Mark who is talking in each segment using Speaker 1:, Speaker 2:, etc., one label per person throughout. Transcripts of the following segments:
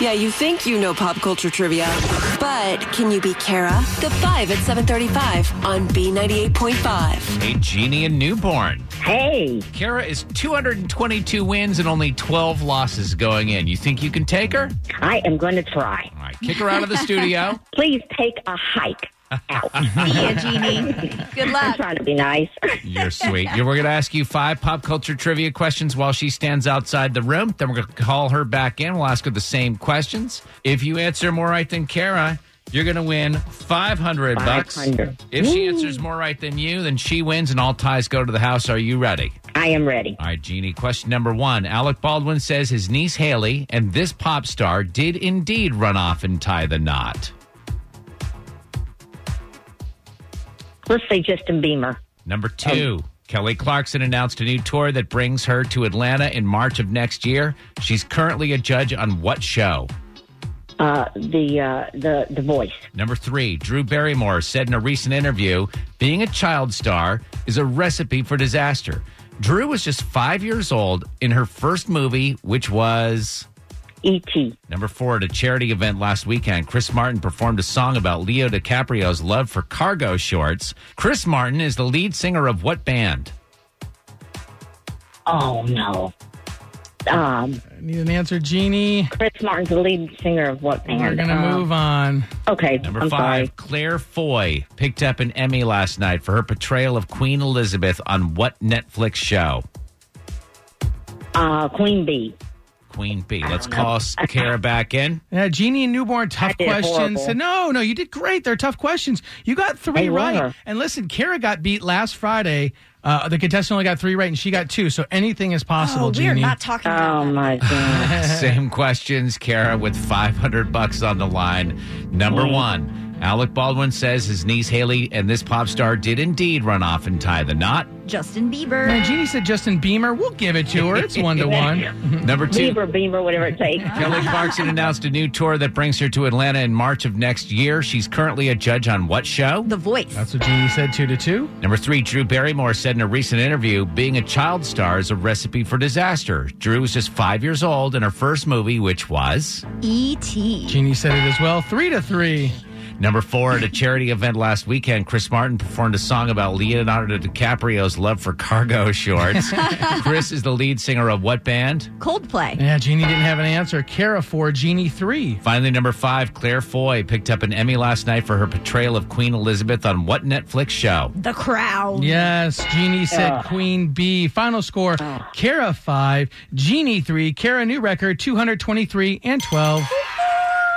Speaker 1: Yeah, you think you know pop culture trivia, but can you be Kara? The 5 at 735 on B98.5.
Speaker 2: Hey, Genie and Newborn.
Speaker 3: Hey,
Speaker 2: Kara is 222 wins and only 12 losses going in. You think you can take her?
Speaker 3: I am going to try.
Speaker 2: All right, kick her out of the studio.
Speaker 3: Please take a hike out.
Speaker 4: See ya, Jeannie. Good
Speaker 3: I'm
Speaker 4: luck.
Speaker 3: trying to be nice.
Speaker 2: You're sweet. You're- We're going to ask you five pop culture trivia questions while she stands outside the room. Then we're going to call her back in. We'll ask her the same questions. If you answer more right than Kara, you're going to win 500 bucks.
Speaker 3: 500.
Speaker 2: If she answers more right than you, then she wins and all ties go to the house. Are you ready?
Speaker 3: I am ready.
Speaker 2: All right, Jeannie. Question number one. Alec Baldwin says his niece Haley and this pop star did indeed run off and tie the knot.
Speaker 3: Let's say Justin Beamer.
Speaker 2: Number two, Kelly Clarkson announced a new tour that brings her to Atlanta in March of next year. She's currently a judge on what show?
Speaker 3: Uh, the uh, the the voice.
Speaker 2: Number three, Drew Barrymore said in a recent interview, being a child star is a recipe for disaster. Drew was just five years old in her first movie, which was.
Speaker 3: E.T.
Speaker 2: Number four, at a charity event last weekend, Chris Martin performed a song about Leo DiCaprio's love for cargo shorts. Chris Martin is the lead singer of what band?
Speaker 3: Oh no. Um,
Speaker 5: I need an answer, Jeannie.
Speaker 3: Chris Martin's the lead singer of what band?
Speaker 5: We're gonna
Speaker 3: Uh,
Speaker 5: move on.
Speaker 3: Okay,
Speaker 2: Number
Speaker 3: I'm
Speaker 2: five,
Speaker 3: sorry.
Speaker 2: Claire Foy picked up an Emmy last night for her portrayal of Queen Elizabeth on what Netflix show?
Speaker 3: Uh, Queen Bee.
Speaker 2: Queen Bee. Let's call Kara back in.
Speaker 5: Yeah, Jeannie and newborn, tough
Speaker 3: did
Speaker 5: questions.
Speaker 3: horrible.
Speaker 5: No, no, you did great. They're tough questions. You got three
Speaker 3: They were.
Speaker 5: right. And listen, Kara got beat last Friday. Uh, the contestant only got three right, and she got two. So anything is possible,
Speaker 4: Oh, we are
Speaker 5: Jeannie.
Speaker 4: not talking about
Speaker 3: Oh
Speaker 4: that.
Speaker 3: my god.
Speaker 2: Same questions, Kara, with 500 bucks on the line. Number one, Alec Baldwin says his niece Haley and this pop star did indeed run off and tie the knot.
Speaker 4: Justin
Speaker 5: Man,
Speaker 4: Bieber.
Speaker 5: Jeannie said Justin Beamer. We'll give it to her. It's one to one.
Speaker 2: Number two,
Speaker 3: Beaver, Beamer, whatever it takes.
Speaker 2: Kelly Clarkson announced a new tour that brings her to Atlanta in March of next year. She's currently a judge on what show?
Speaker 4: The Voice.
Speaker 5: That's what Jeannie said. Two to two.
Speaker 2: Number three, Drew Barrymore said in a recent interview, being a child star is a recipe for disaster. Drew was just five years old in her first movie, which was.
Speaker 4: E E.T.
Speaker 5: Jeannie said it as well. Three to three.
Speaker 2: Number four, at a charity event last weekend, Chris Martin performed a song about Leonardo DiCaprio's love for cargo shorts. Chris is the lead singer of what band?
Speaker 4: Coldplay.
Speaker 5: Yeah, Jeannie didn't have an answer. Kara four, Jeannie three.
Speaker 2: Finally, number five, Claire Foy picked up an Emmy last night for her portrayal of Queen Elizabeth on what Netflix show?
Speaker 4: The Crown.
Speaker 5: Yes, Jeannie said Queen B. Final score: Kara five, Jeannie three. Kara new record two hundred twenty three and twelve.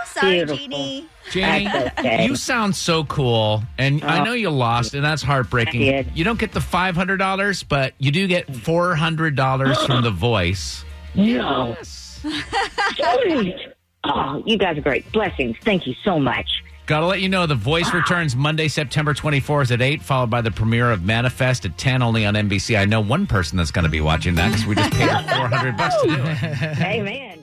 Speaker 4: Sorry,
Speaker 3: Beautiful.
Speaker 4: Jeannie.
Speaker 2: Jamie,
Speaker 3: That's okay. Oh.
Speaker 2: you sound so cool, and I know you lost, and that's heartbreaking.
Speaker 3: I did.
Speaker 2: You don't get the five hundred dollars, but you do get four hundred dollars from The Voice.
Speaker 3: No. Don't. Oh, you guys are great. Blessings. Thank you so much.
Speaker 2: Gotta let you know, The Voice returns Monday, September twenty fourth at eight, followed by the premiere of Manifest at ten, only on NBC. I know one person that's going to be watching that because we just paid her four hundred bucks to do it.
Speaker 3: Amen.